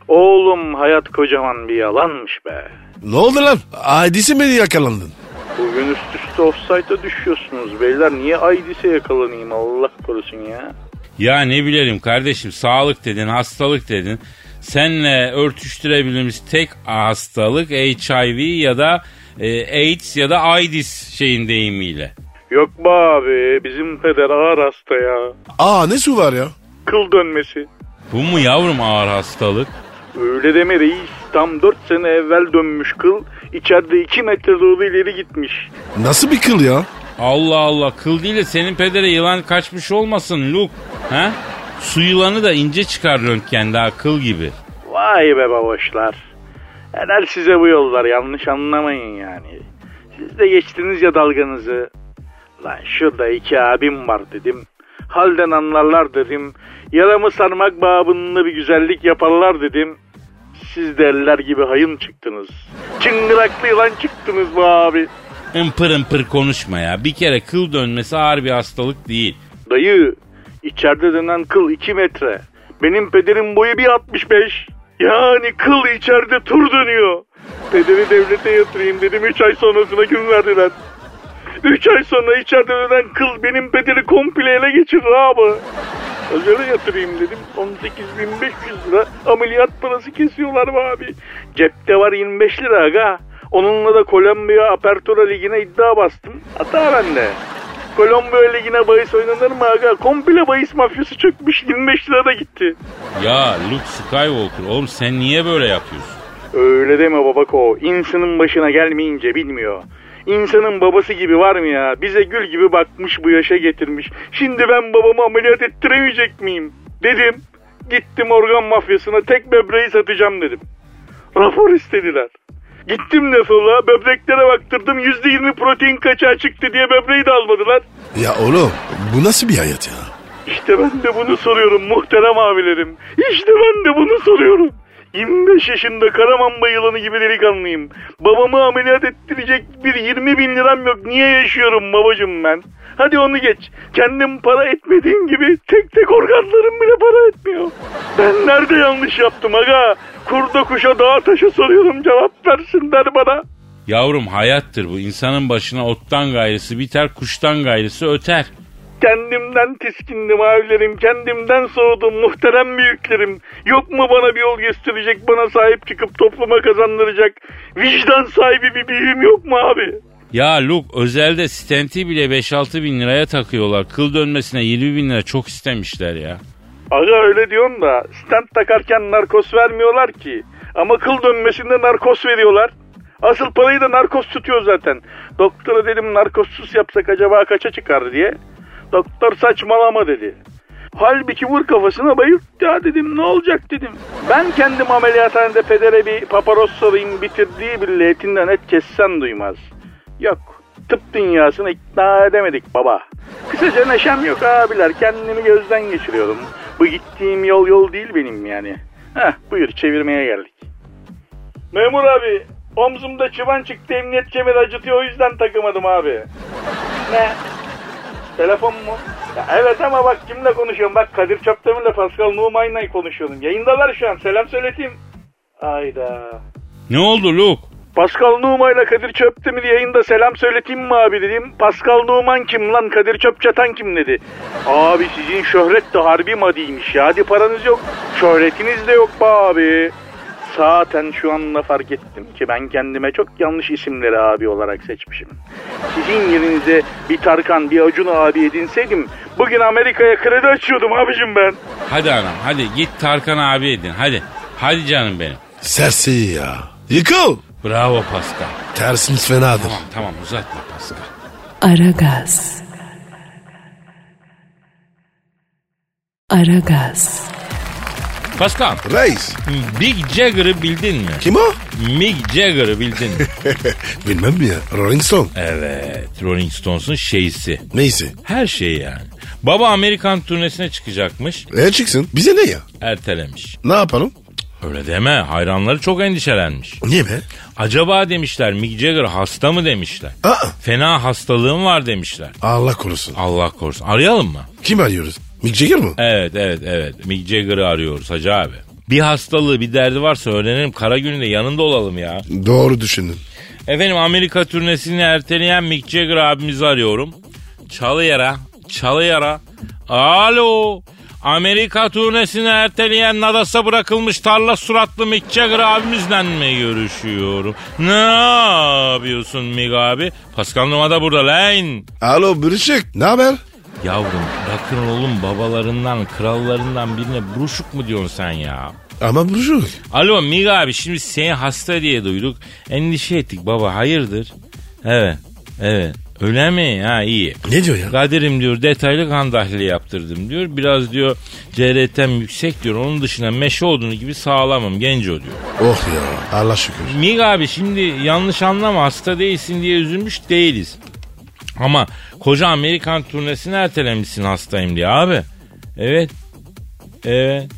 Oğlum hayat kocaman bir yalanmış be. Ne oldu lan? Hadisi mi yakalandın? Bugün üst üste offside'a düşüyorsunuz beyler. Niye aidise yakalanayım Allah korusun ya. Ya ne bilelim kardeşim sağlık dedin hastalık dedin. Senle örtüştürebildiğimiz tek hastalık HIV ya da e, AIDS ya da AIDS şeyin deyimiyle. Yok be abi bizim peder ağır hasta ya. Aa ne su var ya? Kıl dönmesi. Bu mu yavrum ağır hastalık? Öyle deme reis. Tam 4 sene evvel dönmüş kıl. içeride 2 metre doğru ileri gitmiş. Nasıl bir kıl ya? Allah Allah kıl değil de senin pedere yılan kaçmış olmasın Luke. Ha? Su yılanı da ince çıkar röntgende ha kıl gibi. Vay be baboşlar. Helal size bu yollar yanlış anlamayın yani. Siz de geçtiniz ya dalganızı. Lan şurada iki abim var dedim. Halden anlarlar dedim. Yaramı sarmak babında bir güzellik yaparlar dedim. Siz de eller gibi hayın çıktınız. Çıngıraklı yılan çıktınız be abi. Impır impır konuşma ya. Bir kere kıl dönmesi ağır bir hastalık değil. Dayı içeride dönen kıl 2 metre. Benim pederin boyu 1.65. Yani kıl içeride tur dönüyor. Pederi devlete yatırayım dedim 3 ay sonrasına gün verdiler. 3 ay sonra içeride dönen kıl benim pederi komple ele geçirdi abi. Özele yatırayım dedim. 18.500 lira ameliyat parası kesiyorlar be abi. Cepte var 25 lira aga. Onunla da Kolombiya Apertura Ligi'ne iddia bastım. Hata bende. Kolombiya Ligi'ne bahis oynanır mı aga? Komple bahis mafyası çökmüş 25 lira da gitti. Ya Luke Skywalker oğlum sen niye böyle yapıyorsun? Öyle deme babako. İnsanın başına gelmeyince bilmiyor. İnsanın babası gibi var mı ya? Bize gül gibi bakmış bu yaşa getirmiş. Şimdi ben babamı ameliyat ettiremeyecek miyim? Dedim. Gittim organ mafyasına tek böbreği satacağım dedim. Rapor istediler. Gittim defola böbreklere baktırdım yüzde yirmi protein kaçağı çıktı diye böbreği de almadılar. Ya oğlum bu nasıl bir hayat ya? İşte ben de bunu soruyorum muhterem abilerim. İşte ben de bunu soruyorum. 25 yaşında karamamba yılanı gibi delikanlıyım. Babamı ameliyat ettirecek bir 20 bin liram yok. Niye yaşıyorum babacım ben? Hadi onu geç. Kendim para etmediğim gibi tek tek organlarım bile para etmiyor. Ben nerede yanlış yaptım aga? Kurda kuşa dağa taşa soruyorum cevap versinler bana. Yavrum hayattır bu. İnsanın başına ottan gayrısı biter, kuştan gayrısı öter. Kendimden tiskindim abilerim, kendimden soğudum muhterem büyüklerim. Yok mu bana bir yol gösterecek, bana sahip çıkıp topluma kazandıracak vicdan sahibi bir büyüğüm yok mu abi? Ya Luke özelde stenti bile 5-6 bin liraya takıyorlar. Kıl dönmesine 20 bin lira çok istemişler ya. Aga öyle diyorsun da stent takarken narkoz vermiyorlar ki. Ama kıl dönmesinde narkoz veriyorlar. Asıl parayı da narkoz tutuyor zaten. Doktora dedim narkozsuz yapsak acaba kaça çıkar diye. Doktor saçmalama dedi. Halbuki vur kafasına bayılt ya dedim ne olacak dedim. Ben kendim ameliyathanede pedere bir paparoz sarayım bitirdiği bile etinden et kessen duymaz. Yok tıp dünyasını ikna edemedik baba. Kısaca neşem yok abiler kendimi gözden geçiriyorum. Bu gittiğim yol yol değil benim yani. Heh buyur çevirmeye geldik. Memur abi omzumda çıban çıktı emniyet kemeri acıtıyor o yüzden takamadım abi. Ne? Telefon mu? Ya evet ama bak kimle konuşuyorum? Bak Kadir Çapdemir'le Pascal Numan'la konuşuyorum. Yayındalar şu an. Selam söyleteyim. Ayda. Ne oldu Luke? Pascal Numan'la Kadir Çöptemir yayında selam söyleteyim mi abi dedim. Pascal Numan kim lan Kadir Çöpçatan kim dedi. Abi sizin şöhret de harbi madiymiş ya. Hadi paranız yok. Şöhretiniz de yok be abi. Zaten şu anla fark ettim ki ben kendime çok yanlış isimleri abi olarak seçmişim. Sizin yerinize bir Tarkan, bir Acun abi edinseydim bugün Amerika'ya kredi açıyordum abicim ben. Hadi anam hadi git Tarkan abi edin hadi. Hadi canım benim. Serseri ya. Yıkıl. Bravo Pascal. Tersiniz fenadır. Tamam tamam uzatma Pascal. Aragaz. Aragaz. Pascal Reis. Big Jagger'ı bildin mi? Kim o? Mick Jagger'ı bildin mi? Bilmem ya. Rolling Stone. evet Rolling Stones'un şeysi. Neyse. Her şey yani. Baba Amerikan turnesine çıkacakmış. E çıksın. Bize ne ya? Ertelemiş. Ne yapalım? Öyle deme hayranları çok endişelenmiş. Niye be? Acaba demişler Mick Jagger hasta mı demişler. Aa. Fena hastalığım var demişler. Allah korusun. Allah korusun. Arayalım mı? Kim arıyoruz? Mick Jagger mı? Evet evet evet. Mick Jagger'ı arıyoruz hacı abi. Bir hastalığı bir derdi varsa öğrenelim. Kara gününde yanında olalım ya. Doğru düşündün. Efendim Amerika turnesini erteleyen Mick Jagger abimizi arıyorum. Çalı yara, çalı yara. Alo. Amerika turnesini erteleyen Nadas'a bırakılmış tarla suratlı Mick Jagger abimizle mi görüşüyorum? Ne yapıyorsun Mick abi? Pascal Numa da burada lan. Alo Bürüşük. Ne haber? Yavrum bakın oğlum babalarından krallarından birine buruşuk mu diyorsun sen ya? Ama Bürüşük. Alo Mig abi şimdi seni hasta diye duyduk. Endişe ettik baba hayırdır? Evet evet öyle mi? Ha iyi. Ne diyor ya? Kadir'im diyor detaylı kan tahlili yaptırdım diyor. Biraz diyor CRT'm yüksek diyor. Onun dışında meşe odunu gibi sağlamım genco diyor. Oh ya. Allah şükür. Mig abi şimdi yanlış anlama hasta değilsin diye üzülmüş değiliz. Ama koca Amerikan turnesini ertelemişsin hastayım diye abi. Evet. Evet.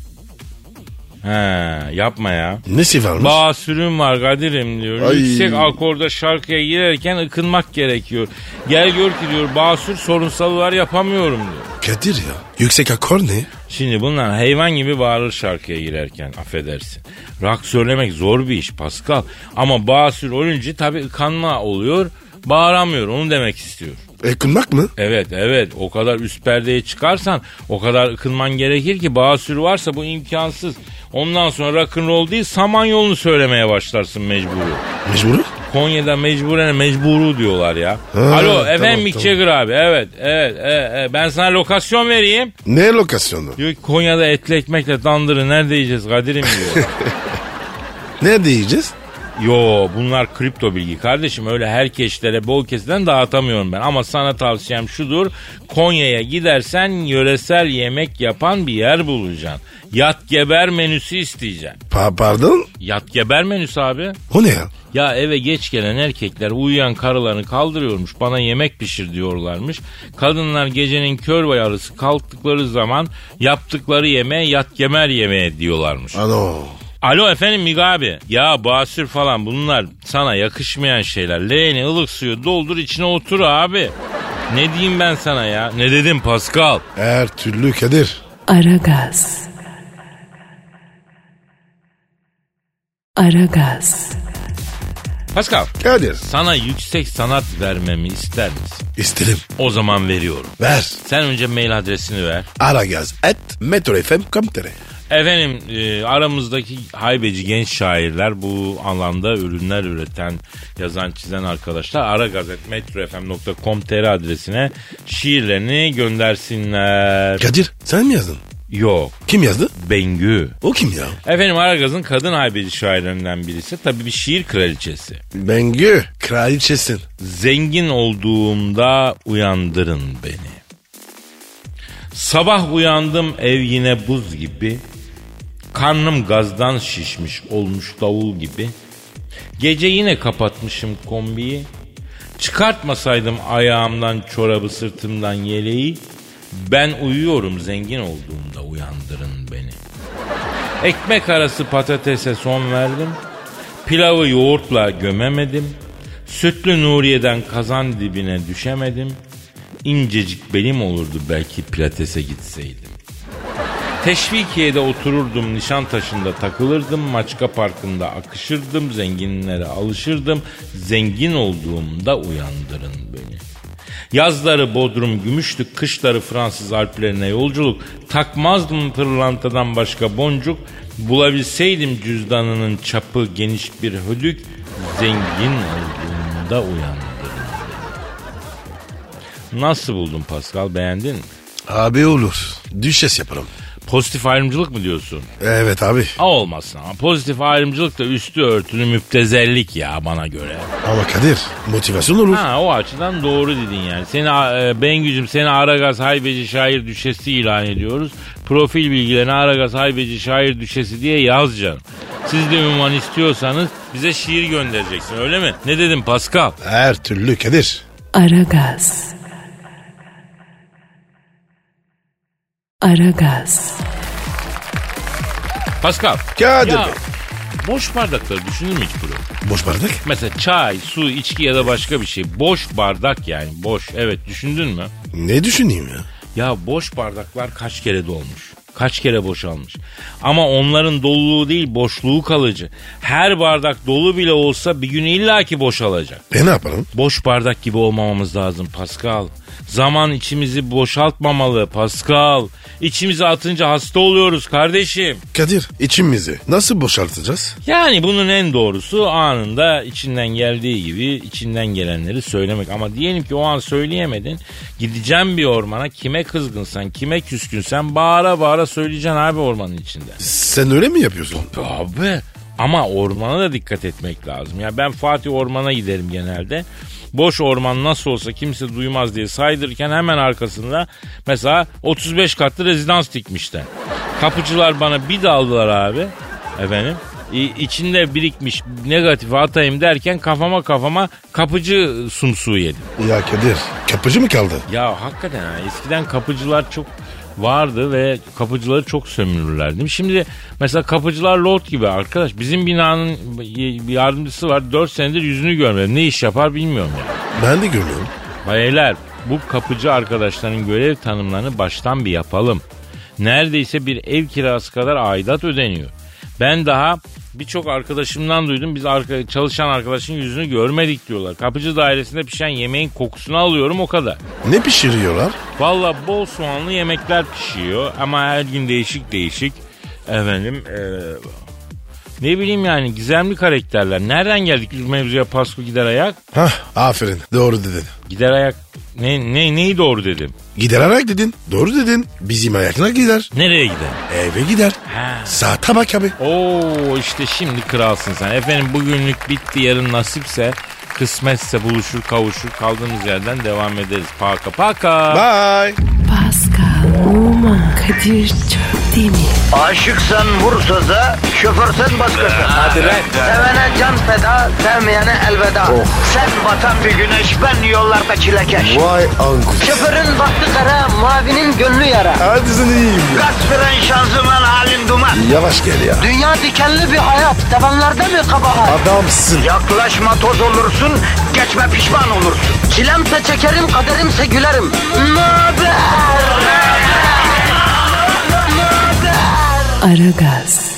He, yapma ya. Nesi varmış? Basürüm var Kadir'im diyor. Ay. Yüksek akorda şarkıya girerken ıkınmak gerekiyor. Gel gör ki diyor basür sorunsalılar yapamıyorum diyor. Kadir ya. Yüksek akor ne? Şimdi bunlar hayvan gibi bağırır şarkıya girerken affedersin. Rock söylemek zor bir iş Pascal. Ama basür olunca tabii ıkanma oluyor. Bağıramıyor onu demek istiyor. Ekunmak E, mı? Evet evet o kadar üst perdeye çıkarsan o kadar ıkınman gerekir ki basür varsa bu imkansız. Ondan sonra rock'n'roll değil samanyolunu söylemeye başlarsın mecburi. Mecburu? Konya'da mecburen mecburu diyorlar ya. Ha, Alo tamam, efendim Mick tamam. Jagger abi evet evet, evet evet. ben sana lokasyon vereyim. Ne lokasyonu? Diyor ki Konya'da etli ekmekle dandırı nerede yiyeceğiz Kadir'im diyor. Nerede yiyeceğiz? Yo bunlar kripto bilgi kardeşim öyle herkeşlere bol kesiden dağıtamıyorum ben. Ama sana tavsiyem şudur Konya'ya gidersen yöresel yemek yapan bir yer bulacaksın. Yat geber menüsü isteyeceksin. Pa- pardon? Yat geber menüsü abi. O ne ya? Ya eve geç gelen erkekler uyuyan karılarını kaldırıyormuş bana yemek pişir diyorlarmış. Kadınlar gecenin kör ve yarısı kalktıkları zaman yaptıkları yemeğe yat gemer yemeğe diyorlarmış. Ano. Alo efendim Mig abi. Ya basür falan bunlar sana yakışmayan şeyler. Leğeni ılık suyu doldur içine otur abi. Ne diyeyim ben sana ya? Ne dedim Pascal? Her türlü Kadir. Aragaz. Aragaz. Pascal Kadir. sana yüksek sanat vermemi ister misin? İsterim. O zaman veriyorum. Ver. Sen önce mail adresini ver. Aragaz et metrofm.com.tr Efendim e, aramızdaki haybeci genç şairler bu alanda ürünler üreten, yazan, çizen arkadaşlar aragazetmetrofm.com.tr adresine şiirlerini göndersinler. Kadir sen mi yazdın? Yok, Kim yazdı? Bengü. O kim ya? Efendim Aragaz'ın kadın haybeci şairlerinden birisi. Tabii bir şiir kraliçesi. Bengü. Kraliçesin. Zengin olduğumda uyandırın beni. Sabah uyandım ev yine buz gibi. Karnım gazdan şişmiş olmuş davul gibi. Gece yine kapatmışım kombiyi. Çıkartmasaydım ayağımdan çorabı sırtımdan yeleği. Ben uyuyorum zengin olduğumda uyandırın beni. Ekmek arası patatese son verdim. Pilavı yoğurtla gömemedim. Sütlü Nuriye'den kazan dibine düşemedim. İncecik belim olurdu belki pilatese gitseydim. Teşvikiye'de otururdum, Nişantaşı'nda takılırdım, Maçka Parkı'nda akışırdım, zenginlere alışırdım. Zengin olduğumda uyandırın beni. Yazları Bodrum Gümüşlük, kışları Fransız Alplerine yolculuk. Takmazdım pırlantadan başka boncuk. Bulabilseydim cüzdanının çapı geniş bir hüdük. Zengin olduğumda uyandırın beni. Nasıl buldun Pascal beğendin mi? Abi olur. Düşes yaparım. Pozitif ayrımcılık mı diyorsun? Evet abi. A olmasın ama pozitif ayrımcılık da üstü örtülü müptezellik ya bana göre. Ama Kadir motivasyon olur. Ha o açıdan doğru dedin yani. Seni e, Bengücüm seni Aragaz Haybeci Şair Düşesi ilan ediyoruz. Profil bilgilerini Aragaz Haybeci Şair Düşesi diye yaz canım. Siz de ünvan istiyorsanız bize şiir göndereceksin öyle mi? Ne dedim Pascal? Her türlü Kadir. Aragaz. Aragaz. Pascal. Kadir Ya, Bey. boş bardakları düşünür mü hiç bro? Boş bardak. Mesela çay, su, içki ya da başka bir şey. Boş bardak yani boş. Evet düşündün mü? Ne düşüneyim ya? Ya boş bardaklar kaç kere dolmuş? Kaç kere boşalmış? Ama onların doluluğu değil boşluğu kalıcı. Her bardak dolu bile olsa bir gün illaki boşalacak. E ne yapalım? Boş bardak gibi olmamamız lazım Pascal. Zaman içimizi boşaltmamalı Pascal. İçimize atınca hasta oluyoruz kardeşim. Kadir içimizi nasıl boşaltacağız? Yani bunun en doğrusu anında içinden geldiği gibi içinden gelenleri söylemek. Ama diyelim ki o an söyleyemedin. Gideceğim bir ormana kime kızgınsan, kime küskünsen bağıra bağıra söyleyeceksin abi ormanın içinde. Sen öyle mi yapıyorsun? Abi ama ormana da dikkat etmek lazım. Ya ben Fatih Orman'a giderim genelde. Boş orman nasıl olsa kimse duymaz diye saydırırken hemen arkasında mesela 35 katlı rezidans dikmişler. Kapıcılar bana bir daldılar abi. Efendim İ- içinde birikmiş negatifi atayım derken kafama kafama kapıcı sumsuğu yedim. Ya Kadir kapıcı mı kaldı? Ya hakikaten ha, eskiden kapıcılar çok vardı ve kapıcıları çok sömürürler değil mi? Şimdi mesela kapıcılar lot gibi arkadaş. Bizim binanın bir yardımcısı var 4 senedir yüzünü görmedim. Ne iş yapar bilmiyorum yani. Ben de görmüyorum. Beyler bu kapıcı arkadaşların görev tanımlarını baştan bir yapalım. Neredeyse bir ev kirası kadar aidat ödeniyor. Ben daha birçok arkadaşımdan duydum. Biz arka, çalışan arkadaşın yüzünü görmedik diyorlar. Kapıcı dairesinde pişen yemeğin kokusunu alıyorum o kadar. Ne pişiriyorlar? Valla bol soğanlı yemekler pişiyor ama her gün değişik değişik. Efendim eee, ne bileyim yani gizemli karakterler. Nereden geldik biz mevzuya Pasko gider ayak? Hah aferin doğru dedin. Gider ayak ne, ne, neyi doğru dedim? Gider ayak dedin. Doğru dedin. Bizim ayaklar gider. Nereye gider? Eve gider. Saate bak abi. Oo işte şimdi kralsın sen. Efendim bugünlük bitti yarın nasipse kısmetse buluşur kavuşur kaldığımız yerden devam ederiz. Paka paka. Bye. Pascal, Oman, Kadir çok değil mi? Aşıksan vursa da, şoförsen başkasın. Hadi Sevene can feda, sevmeyene elveda. Oh. Sen batan bir güneş, ben yollarda çilekeş. Vay anku. Şoförün baktı kara, mavinin gönlü yara. Hadi sen iyiyim ya. Kasperen şanzıman halin duman. Yavaş gel ya. Dünya dikenli bir hayat, sevenlerde mi kabahar? Adamsın. Yaklaşma toz olursun, geçme pişman olursun. Çilemse çekerim, kaderimse gülerim. Möber! Aragaz.